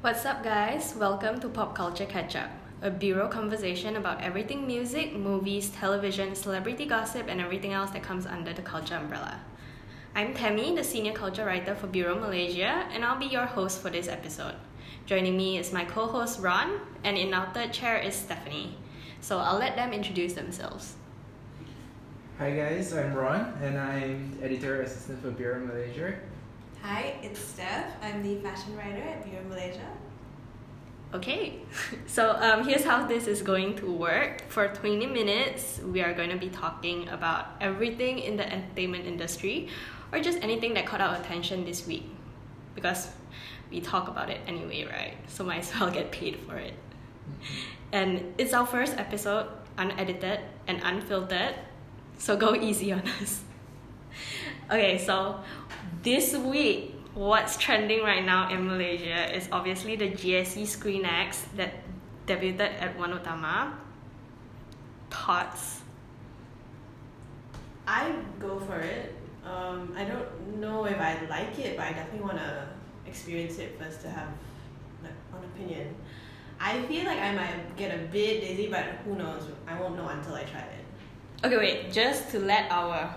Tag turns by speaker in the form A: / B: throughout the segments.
A: What's up, guys? Welcome to Pop Culture Catch Up, a bureau conversation about everything music, movies, television, celebrity gossip, and everything else that comes under the culture umbrella. I'm Tammy, the senior culture writer for Bureau Malaysia, and I'll be your host for this episode. Joining me is my co host Ron, and in our third chair is Stephanie. So I'll let them introduce themselves.
B: Hi guys, I'm Ron and I'm editor assistant for Bureau Malaysia.
C: Hi, it's Steph. I'm the fashion writer at Bureau Malaysia.
A: Okay, so um, here's how this is going to work. For 20 minutes, we are going to be talking about everything in the entertainment industry or just anything that caught our attention this week because we talk about it anyway, right? So might as well get paid for it. And it's our first episode, unedited and unfiltered, so go easy on us. Okay, so this week, what's trending right now in Malaysia is obviously the GSE Screen X that debuted at Wanutama. Thoughts?
C: I go for it. Um, I don't know if I like it, but I definitely want to experience it first to have like, an opinion. I feel like I might get a bit dizzy, but who knows? I won't know until I try it.
A: Okay, wait, just to let our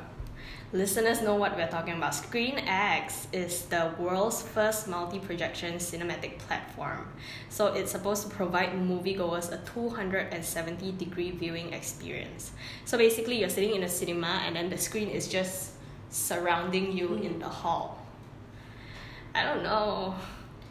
A: listeners know what we're talking about. ScreenX is the world's first multi projection cinematic platform. So it's supposed to provide moviegoers a 270 degree viewing experience. So basically, you're sitting in a cinema, and then the screen is just surrounding
C: Hmm.
A: you in the hall. I don't know.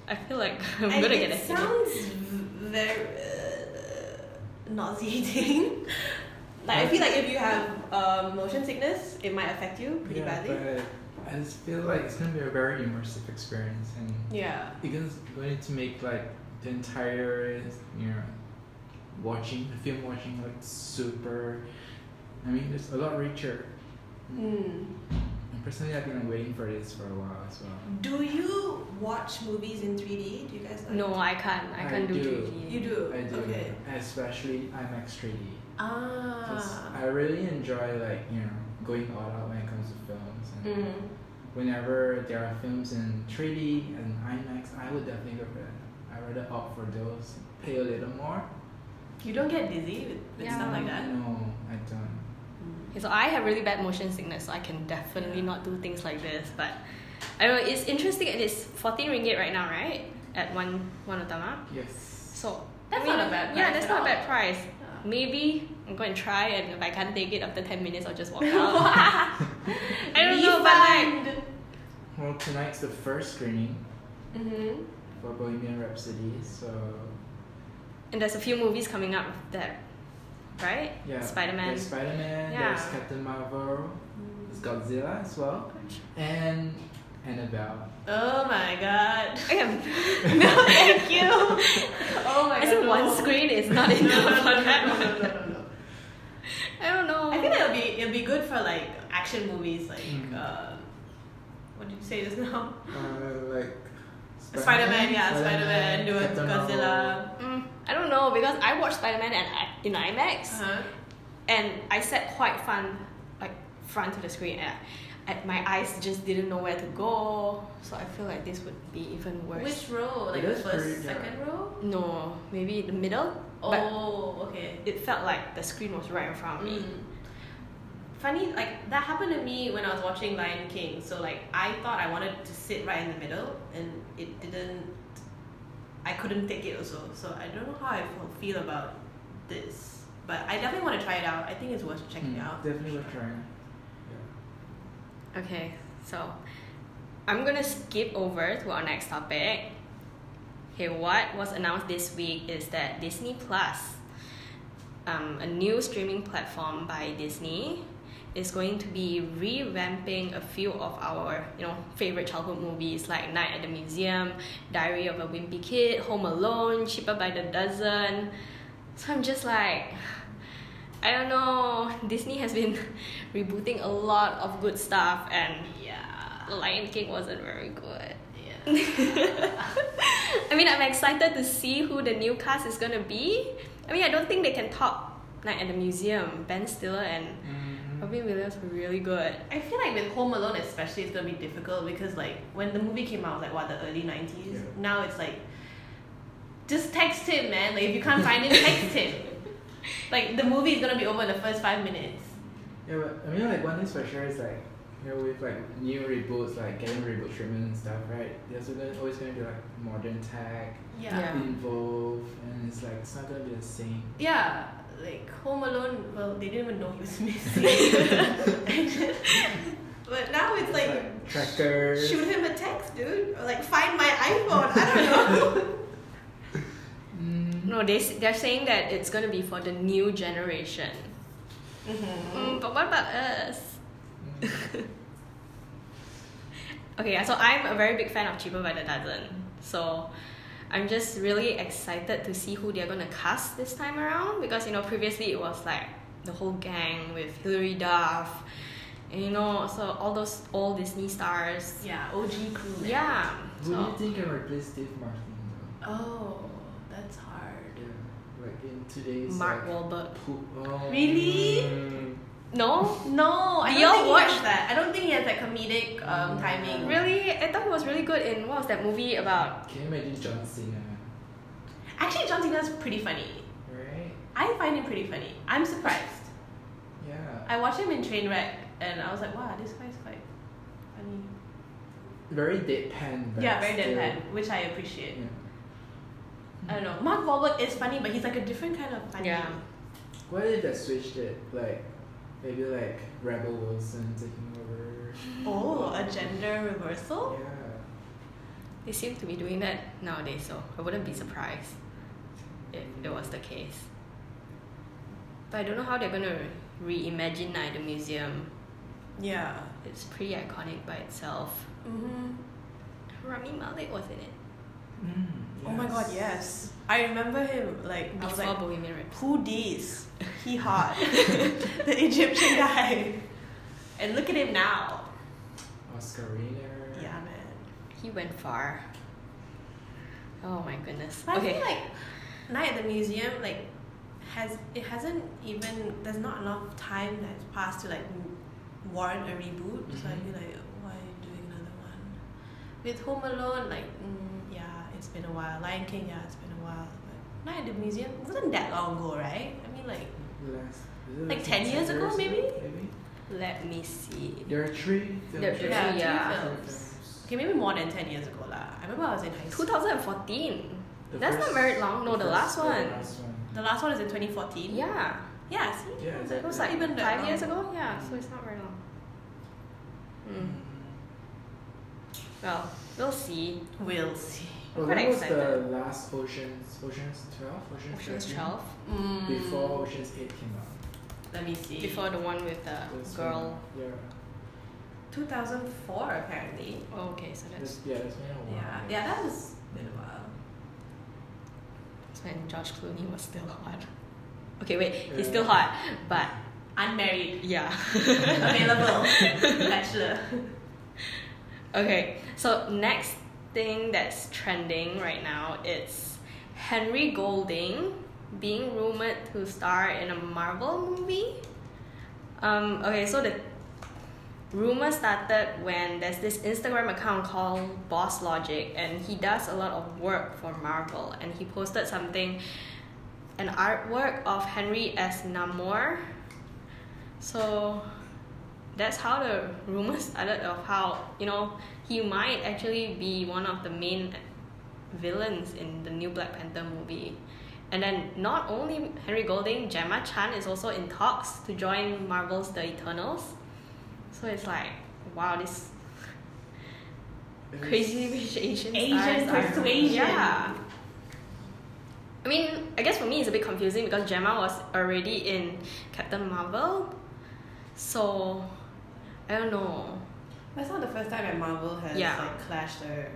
A: I feel like I'm
C: And
A: gonna
C: it
A: get a headache.
C: sounds v- very uh, nauseating. like I feel like if you have um, motion sickness, it might affect you pretty
B: yeah,
C: badly.
B: But I just feel like it's gonna be a very immersive experience and
C: Yeah.
B: it's going to make like the entire you know watching the film watching like super I mean it's a lot richer.
C: Mm.
B: And personally I've been waiting for this for a while as well.
C: Do you watch movies in 3D? Do you guys like
A: No, I can't. I
B: I
A: can't do,
B: do.
A: 3D.
C: You do?
B: I do
C: Okay.
B: especially IMAX 3D. 'Cause
C: Ah.
B: I really enjoy like you know going all out when it comes to films. And
C: Mm.
B: Whenever there are films in 3D and IMAX, I would definitely go for that. I rather opt for those, pay a little more.
C: You don't get dizzy with, with
A: Yeah.
C: stuff like that?
B: No, I don't.
A: Okay, so I have really bad motion sickness, so I can definitely not do things like this. But I don't know, it's interesting. and It is 14 ringgit right now, right? At one one Utama.
B: Yes.
A: So
C: That's
A: I mean,
C: not a bad
A: Yeah,
C: price
A: that's
C: at
A: not a
C: all.
A: bad price.
C: Yeah.
A: Maybe I'm going to try, and if I can't take it after 10 minutes, I'll just walk out. I don't know, but like,
B: Well, tonight's the first screening
C: Mm-hmm.
B: for Bohemian Rhapsody, so
A: and there's a few movies coming up that, right?
B: yeah.
A: Spider-Man.
B: There's Spider Man.
A: Yeah.
B: There's Captain Marvel. There's Godzilla as well, and Annabelle.
C: Oh my god.
A: I am.
C: no, thank you. Oh my
A: I said
C: god.
A: one
C: no.
A: screen is not
C: No, no,
A: enough
C: no,
A: for that
C: no,
A: one.
C: no, no, no, no.
A: I don't know.
C: I think it'll be it'll be good for like action movies like
B: Mm.
C: uh, what did you say just now?
B: Uh, like
C: Spider Man, yeah, Spider Man, do it,
B: Captain Marvel.
C: Godzilla.
A: Mm, I don't know because I watched Spider Man and I, in IMAX
C: Uh-huh.
A: and I sat quite fun like front to the screen and I, I- my eyes just didn't know where to go so I feel like this would be even worse.
C: Which row? Like
B: It
C: the
B: is
C: first,
B: pretty dark.
C: second row?
A: no, maybe the middle. But
C: Oh, okay.
A: it felt like the screen was right in front of me.
C: Mm. Funny, like that happened to me when I was watching Lion King. So like I thought I wanted to sit right in the middle, and it didn't. I couldn't take it also. So I don't know how I fe- feel about this, but I definitely want to try it out. I think it's worth checking
B: Mm,
C: out.
B: Definitely worth trying.
C: Mm.
A: Okay, so I'm gonna skip over to our next topic. Okay, what was announced this week is that Disney Plus, um, a new streaming platform by Disney, is going to be revamping a few of our you know favorite childhood movies like Night at the Museum, Diary of a Wimpy Kid, Home Alone, Cheaper by the Dozen. So I'm just like, I don't know. Disney has been rebooting a lot of good stuff, and
C: Yeah.
A: Lion King wasn't very good.
C: Yeah.
A: I mean, I'm excited to see who the new cast is gonna be. I mean, I don't think they can top Night at the Museum. Ben Stiller and
B: Mm-hmm.
A: Robin Williams were really good.
C: I feel like with Home Alone especially it's gonna be difficult because like when the movie came out it was like what the early nineties.
B: Yeah.
C: Now it's like Just text him, man. Like if you can't find him, text him. Like the movie is gonna be over in the first five minutes.
B: Yeah, but I mean, like one thing's for sure is like you know with like new reboots, like getting reboot treatment and stuff, right? There's gonna- always going to be like modern tech
C: Yeah.
A: Yeah.
B: involved, and it's like it's not gonna be the same.
C: yeah. Like Home Alone. Well, they didn't even know he was missing. but now it's
B: It's
C: like
B: like trackers.
C: shoot him a text, dude, or like find my iPhone. I don't know.
B: Mm.
A: No, they s- they're saying that it's gonna be for the new generation.
C: Mm-hmm.
A: Mm, but what about us?
B: Mm.
A: Okay, yeah, so I'm a very big fan of Cheaper by the Dozen. So I'm just really excited to see who they're gonna cast this time around because you know previously it was like the whole gang with Hilary Duff and you know so all those old Disney stars.
C: yeah, OG crew. man.
A: Yeah.
B: Who do
A: So
B: you think can replace Steve Martin though?
C: Oh, that's hard.
B: Yeah, like in today's
A: Mark
B: like,
A: Wahlberg.
B: poop. Oh,
C: Really?
B: mm.
A: No?
C: No, I
A: Do
C: don't
A: y'all
C: think he
A: watch-
C: has that. I don't think he has that comedic um, timing.
A: Really? I thought he was really good in what was that movie about?
B: Can you imagine John Cena?
C: Actually, John Cena's pretty funny.
B: Right?
C: I find him pretty funny. I'm surprised.
B: Yeah.
C: I watched him in Trainwreck, and I was like, wow, this guy's quite funny.
B: Very deadpan. But
C: yeah, very
B: still-
C: deadpan, which I appreciate.
B: Yeah.
C: I don't know. Mark Wahlberg is funny, but he's like a different kind of funny.
A: Yeah.
B: What if they switched it? Like, maybe like Rebel Wilson taking over.
C: Oh, a gender reversal?
B: Yeah.
A: They seem to be doing that nowadays, so I wouldn't be surprised if it was the case. But I don't know how they're gonna reimagine like, the museum.
C: Yeah.
A: It's pretty iconic by itself.
C: Mm-hmm.
A: Rami Malek was in it
B: Mm,
C: Oh my god, yes. I remember him, like, I was
A: before
C: like,
A: Bohemian Rhapsody.
C: who this? He hot. the Egyptian guy. And look at him now.
B: Oscar winner.
C: Yeah, man.
A: He went far. Oh my goodness.
C: But I
A: okay.
C: feel like Night at the Museum, like, has it hasn't even there's not enough time that's passed to like m- warrant a reboot. So I
B: Mhm.
C: feel like why doing another one? With Home Alone, like, mm, yeah, it's been a while. Lion King, yeah, it's been a while. But Night at the Museum wasn't that long ago, right? I mean, like,
B: Last, is it
C: Like 10 years ago, maybe?
B: Maybe.
A: Let me see.
B: There are three. films,
A: There are
B: right?
A: three, Yeah, three yeah.
B: Three
C: films.
B: films.
C: okay, maybe more than ten years ago, lah. I remember I was in high school.
A: 2014.
B: The
A: That's not
B: first-
A: very long. No, the
B: first-
A: last
B: the
A: one.
B: last one.
C: The last one is in twenty fourteen.
A: Yeah.
C: Yeah. See.
B: Yeah,
C: It's
A: It was
C: not
A: like
C: even that
A: five
C: long.
A: years ago. Yeah, so it's not very long.
B: Hmm.
A: Mm. Well, we'll see.
C: We'll see.
B: Well,
A: quite
B: when Oh, was the
A: excited.
B: last Oceans? Oceans 12? Oceans,
A: Ocean's
B: 13?
A: 12.
C: Mm.
B: Before Oceans 8 came out.
C: Let me see.
A: Before the one with the
B: That's
A: Oh, girl.
B: when- Yeah.
C: 2004, apparently.
A: Oh, okay, so that's,
B: That's, yeah, that's been a while.
C: Yeah, yeah, that was been a while.
A: that's when George Clooney was still hot. Okay, wait, he's
B: Yeah.
A: still hot, but
C: Unmarried,
A: yeah.
C: available, bachelor.
A: Okay, so next thing that's trending right now it's Henry Golding being rumored to star in a Marvel movie. Um, okay, so the rumor started when there's this Instagram account called Boss Logic, and he does a lot of work for Marvel, and he posted something, an artwork of Henry as Namor. So that's how the rumors started of how you know he might actually be one of the main villains in the new Black Panther movie. And then not only Henry Golding, Gemma Chan is also in talks to join Marvel's The Eternals. So it's like, wow, this
B: It was-
A: crazy rich Asian
C: Asian
A: stars are-
C: persuasion.
A: Yeah. I mean, I guess for me it's a bit confusing because Gemma was already in Captain Marvel, so I don't know.
C: That's not the first time that Marvel has
A: Yeah.
C: like clashed their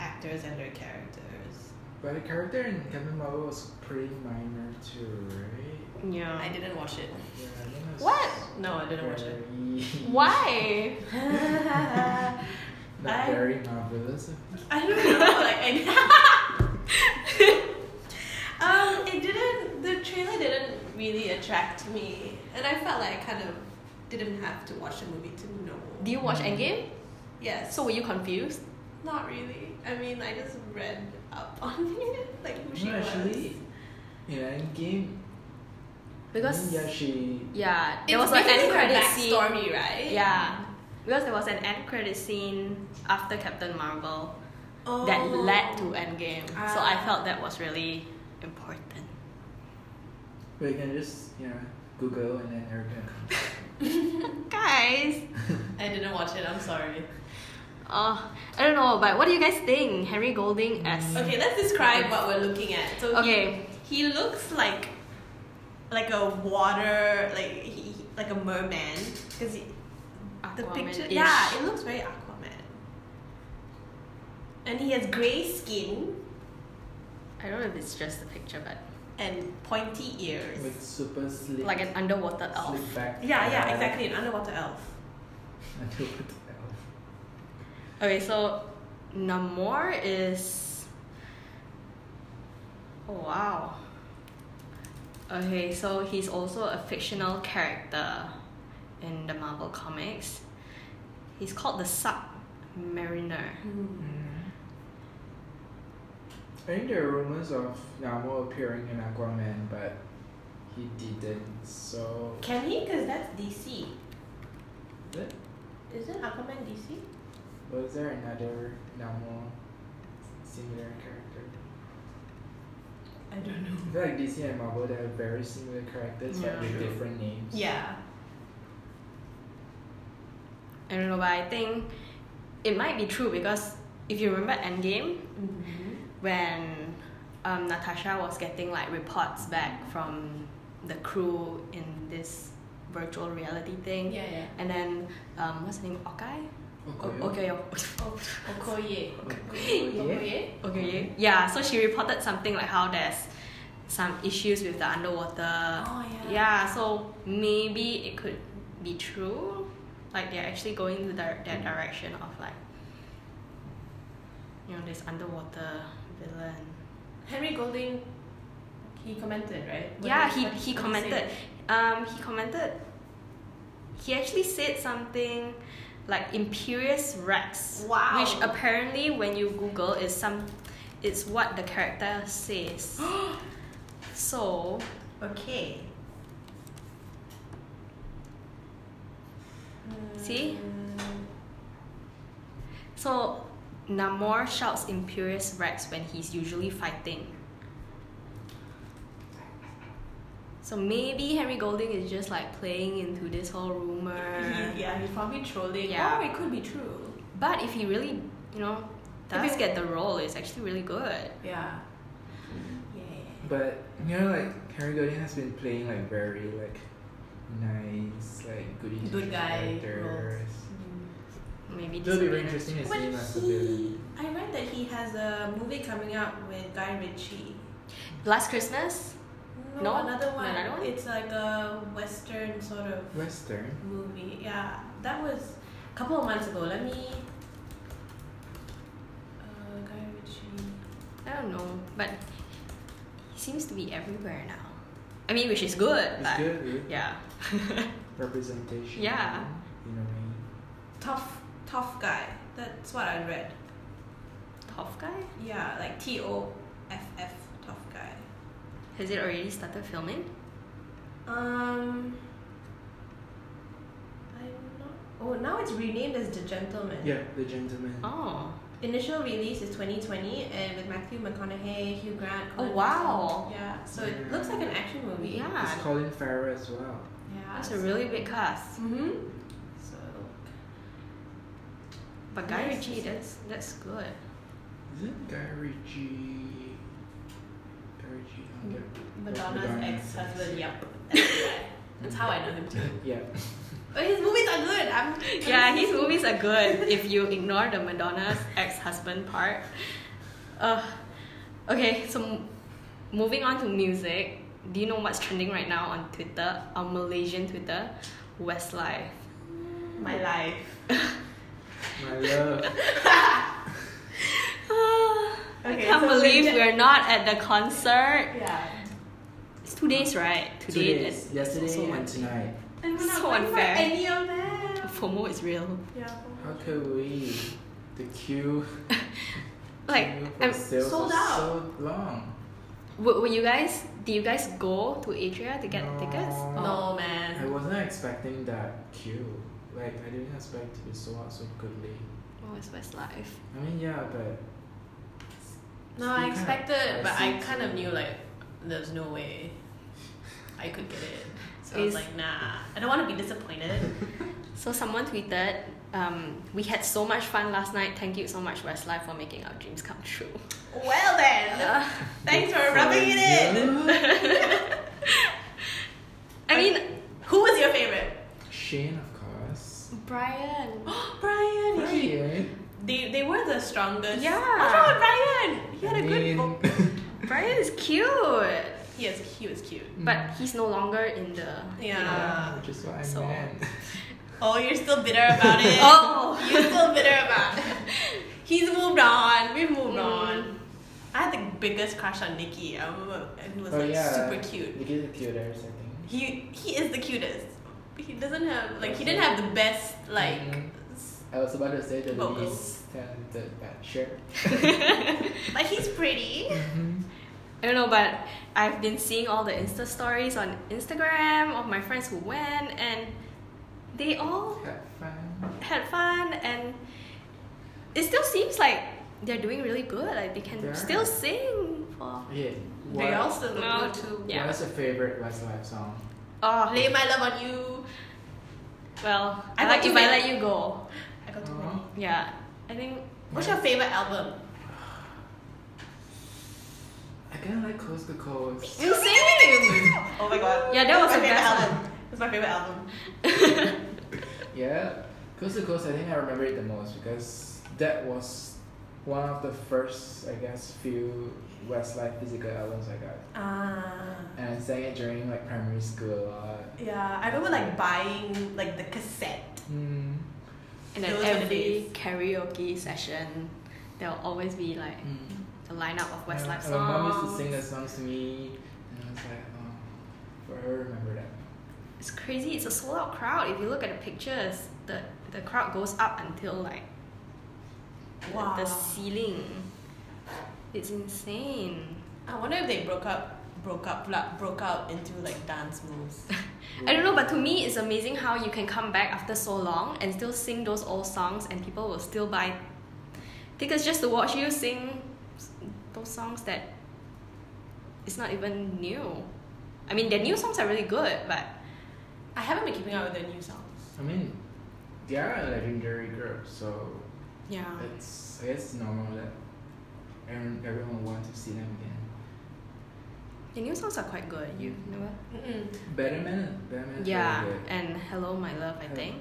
C: actors and their characters.
B: But the character in Captain Marvel was pretty minor too, right?
A: Yeah.
C: I didn't watch it.
B: Yeah, I think it was
A: What?
C: No, I didn't watch it.
B: very-
A: Why?
B: Not
C: I-
B: very marvelous.
C: I don't know, like I. um, it didn't. The trailer didn't really attract me, and I felt like I kind of didn't have to watch the movie to know.
A: Do you watch Endgame?
C: Yes.
A: So were you confused?
C: Not really. I mean, I just read up on it, like who she
B: No,
C: was.
B: actually, in Endgame,
A: Because
B: Mm, yeah, she
A: yeah, there was
C: It's
A: an
C: basically
A: end
C: her
A: credit scene.
C: backstory, right?
A: Yeah, because there was an end credit scene after Captain Marvel
C: Oh.
A: that led to Endgame. so I
C: Ah.
A: felt that was really important.
B: we can just you know Google and then everything. will come.
A: Guys,
C: I didn't watch it. I'm sorry.
A: oh, I don't know, but what do you guys think? Henry Golding as
C: Okay, let's describe what we're looking at. So he-
A: Okay.
C: he, looks like like a water, like he, he- like a merman because the picture. Yeah, it looks very Aquaman. And he has gray skin
A: I don't know if it's just the picture, but
C: and pointy ears.
B: Like super slick.
A: like an underwater elf.
B: slick back.
C: Yeah, yeah,
B: hair.
C: exactly. An underwater elf.
B: Underwater elf.
A: Okay, so Namor is. Oh, wow. Okay, so he's also a fictional character in the Marvel Comics. He's called the Submariner.
C: Hmm.
B: Mm. I think there are rumors of Namo appearing in Aquaman, but he didn't. So
C: Can he? Because that's DC.
B: What?
C: Isn't Aquaman DC?
B: was there another Namo similar character?
C: I don't know.
B: I feel like DC and Marvel they have very similar characters
A: Yeah.
B: but with
C: True.
B: different names.
C: Yeah.
A: I don't know, but I think it might be true because if you remember Endgame,
C: Mm-hmm.
A: when um, Natasha was getting like reports back from the crew in this virtual reality thing,
C: Yeah, yeah.
A: and then um, what's the name? Okai?
B: Okoye.
A: Okay,
C: Oh, Okoye.
B: Okoye.
A: okay, yeah. So she reported something like how there's some issues with the underwater.
C: Oh, yeah.
A: Yeah, so maybe it could be true. Like they're actually going the dir- that direction of like, you know, this underwater villain.
C: Henry Golding, he commented, right? What
A: yeah,
C: did-
A: he
C: what did-
A: he
C: what did
A: commented.
C: say?
A: Um, he commented. He actually said something like "imperious Rex,"
C: Wow.
A: which apparently, when you Google, is some, it's what the character says. so
C: Okay.
A: See? so, Namor shouts "imperious Rex" when he's usually fighting. So maybe Henry Golding is just like playing into this whole rumor.
C: Mm. He- yeah, he's probably trolling.
A: Yeah.
C: Or it could be true.
A: But if he really, you know,
C: If
A: does
C: it-
A: get the role, it's actually really good.
C: Yeah. Yeah.
B: But you know like Harry Golding has been playing like very like nice, like good
C: Good guy
B: characters.
A: Maybe
B: It'll be very
A: Disney.
B: interesting to see him as a
C: When
B: villain.
C: he, I read that he has a movie coming out with Guy Ritchie.
A: Last Christmas,
C: No,
A: No?
C: another one.
A: Another one?
C: It's like a western sort of
B: Western.
C: movie. Yeah, that was a couple of months ago. Let me. Uh, Guy Ritchie.
A: I don't know, but he seems to be everywhere now. I mean, which is good,
B: It's
A: but
B: good with
A: yeah,
B: representation.
A: Yeah.
B: You know what I mean?
C: Tough, tough guy. That's what I read.
A: Tough Guy.
C: Yeah, like T O F F, tough guy.
A: Has it already started filming?
C: Um. I'm not. Oh, now it's renamed as The Gentleman.
B: Yeah, the gentleman.
A: Oh,
C: Initial release is 2020, and with Matthew McConaughey, Hugh Grant.
A: Oh,
C: Colin
A: wow.
C: Wilson. Yeah, so it looks like an action movie.
A: yeah,
B: It's Colin Farrell as well.
C: Yeah.
A: that's a really big cast.
C: Mm-hmm. So.
A: But Guy
C: Nice.
A: Ritchie, that's that's good.
B: Isn't Guy Ritchie? Guy Ritchie. no,
C: Madonna's
B: Madonna's
C: ex-husband. Yep. That's right. That's how I know him too.
B: Yeah.
C: But his movies are good. I'm.
A: Yeah, his movies are good if you ignore the Madonna's ex-husband part. Uh, okay, so m- moving on to music. Do you know what's trending right now on Twitter, on Malaysian Twitter? Westlife.
C: My life.
B: My love.
A: I
C: Okay,
A: can't
C: so
A: believe
C: Malaysia-
A: we're not at the concert.
C: Yeah.
A: It's two days, right?
B: Two
A: Today
B: days.
A: and
B: Yesterday
A: also
B: and
A: Monday.
B: tonight.
C: And we're not
A: So
C: going for
A: unfair.
C: any of them.
A: FOMO is real.
C: Yeah.
B: How could we? The queue.
A: Like,
B: Single for
A: I'm
B: sales
C: sold
B: for
C: out.
B: So long.
A: were, were you guys? Do you guys go to Atria to get
B: No.
A: tickets? Oh.
C: No
B: I
C: man.
B: wasn't expecting that queue. Like I didn't expect to be sold out so quickly.
A: Oh, it's Westlife.
B: I mean, yeah, but
C: No, I
B: You kinda-
C: expected, but I
B: see
C: kind of
B: too.
C: knew like there's no way I could get it. So I
A: Is-
C: was like, nah, I don't want to be disappointed.
A: So someone tweeted, um, "We had so much fun last night. Thank you so much Westlife for making our dreams come true."
C: well then,
A: Uh,
C: thanks for
B: For
C: rubbing it in.
B: you?
A: I mean,
C: Who was your favorite?
B: Shane, of course.
A: Brian.
C: Brian. He-
B: Brian.
C: They they were the strongest.
A: Yeah.
C: What's wrong with Brian? He had
B: I
C: a good.
B: mean,
C: vo-
A: Brian is cute,
C: He is. He was cute.
A: but
B: Mm.
A: he's no longer in the. you know.
B: yeah,
C: Yeah.
B: which is what I
A: So-
B: meant.
C: Oh, you're still bitter about it.
A: Oh.
C: you're still bitter about it. He's moved on. We've moved
A: Mm.
C: on. I had the biggest crush on Nikki. I remember, and he was
B: Oh,
C: like
B: yeah.
C: super cute.
B: You get the cuter, I think.
C: He he is the cutest. He doesn't have like he didn't have the best like.
B: Mhm.
C: s-
B: I was about to say the
C: Vocals.
B: least talented, but sure.
C: But he's pretty.
B: Mm-hmm.
A: I don't know, but I've been seeing all the Insta stories on Instagram of my friends who went, and they all
B: Have fun.
A: had fun, and it still seems like they're doing really good. Like they can
B: Yeah.
A: still sing for.
B: Okay. What,
C: They also look
A: No.
C: good too.
A: Yeah.
B: What's your favorite Westlife song?
A: Oh,
C: Lay my love on you.
A: well,
C: I
A: I
C: got
A: like
C: too
A: if I
C: many-
A: let you go.
C: I got too
B: Aw.
C: many.
A: Yeah, I think
C: What's your favorite album?
B: I kind of like Coast to Coast.
A: we sing.
C: Oh my god.
A: Yeah, that was
C: my
A: the
C: favorite
A: best
C: album. It's my favorite album.
B: Yeah, Coast to Coast, I think I remember it the most because that was one of the first, I guess, few Westlife physical albums I got.
C: Ah.
B: And I sang it during like primary school a lot.
C: Yeah, I remember like buying like the cassette.
B: Mm.
A: And then
C: Those were the
A: every
C: days.
A: karaoke session, there'll always be like a lineup of
B: Yeah,
A: Westlife
B: and My mom used to
A: songs.
B: sing the songs to me, and I was like, oh, for her, to remember that.
A: It's crazy. It's a sold out crowd. If you look at the pictures, the the crowd goes up until like the-
C: Wow.
A: the ceiling. It's insane.
C: I wonder if they broke up, broke up, like, broke out into like dance moves.
A: I don't know, but to me, it's amazing how you can come back after so long and still sing those old songs, and people will still buy tickets just to watch you sing s- those songs that it's not even new. I mean, their new songs are really good, but
C: I haven't been keeping up with their new songs.
B: I mean, they are a legendary group, so
A: yeah,
B: it's I guess it's normal that everyone, everyone wants to see them again.
A: their new songs are quite good. You never,
C: Mm-mm.
B: Better Man, Better Man. is
A: yeah,
B: really good.
A: and Hello My Love, I
B: Hello.
A: think.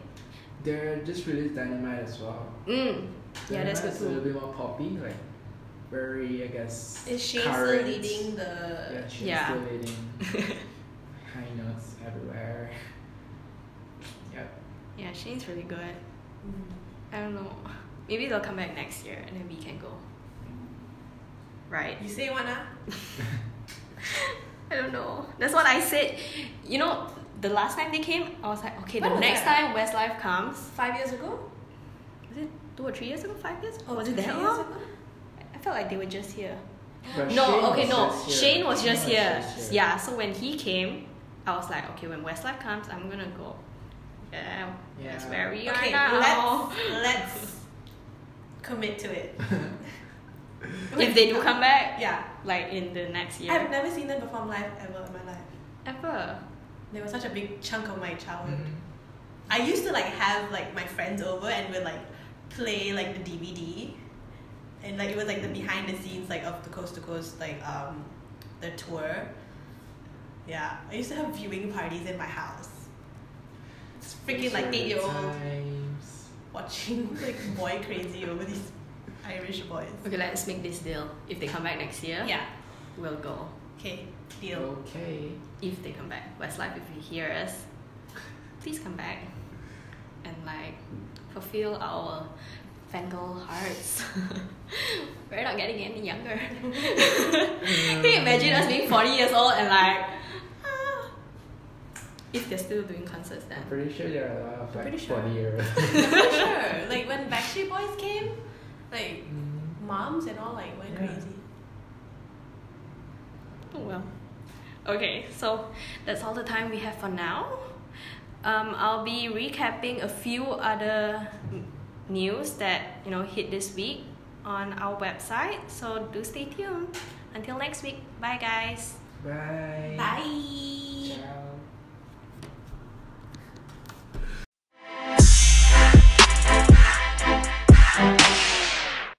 B: They're just released Dynamite as well.
A: Mm. Yeah, that's
B: Dynamite
A: good
B: is a little
A: too.
B: bit more poppy, like very I guess.
C: Is Shane
B: current.
C: still leading the?
B: Yeah, she's
A: Yeah.
B: still leading. High notes everywhere. Yep.
A: Yeah, Shane's really good.
C: Mm.
A: I don't know. Maybe they'll come back next year, and then we can go. Right.
C: You say one ah?
A: I don't know. That's what I said. You know, the last time they came, I was like, okay,
C: When
A: the
C: was
A: next
C: that?
A: time Westlife comes,
C: Five years ago?
A: was it two or three years ago, five years?
C: Oh,
A: was
C: two,
A: it that
C: three years
A: long?
C: ago?
A: I felt like they were just here.
B: But
A: no,
B: Shane
A: okay,
B: was
A: no.
B: just here.
A: Shane was just here.
B: just
A: Yeah. So when he came, I was like, okay, when Westlife comes, I'm gonna go. Yeah, that's
B: Yeah.
A: where we are
C: Okay,
A: now.
C: let's let's commit to it.
A: If they do come back,
C: Yeah.
A: like in the next year,
C: I've never seen them perform live ever in my life.
A: ever.
C: They were such a big chunk of my childhood.
B: Mhm.
C: I used to like have like my friends over and we'd like play like the DVD, and like it was like the behind the scenes like of the coast to coast like um the tour. Yeah, I used to have viewing parties in my house. It's freaking like
B: Those were the
C: eight year old
B: times.
C: watching like boy crazy over these Irish boys.
A: Okay, let's make this deal. If they come back next year,
C: Yeah.
A: we'll go.
C: Okay. Deal.
B: Okay.
A: if they come back. Westlife, if you hear us, please come back and like fulfill our fangirl hearts. We're not getting any younger. Can you imagine us being 40 years old and like, ah. if they're still doing concerts
B: I'm
A: then?
B: pretty sure there are a lot of
A: Pretty
B: like
A: sure.
B: forty year olds.
C: For sure. Like when Backstreet Boys came, like
B: Mm.
C: moms and all like went
B: Yeah.
C: crazy.
A: Oh, well. Okay, so that's all the time we have for now. Um, I'll be recapping a few other n- news that you know hit this week on our website. So do stay tuned. Until next week, bye guys.
B: Bye.
C: Bye.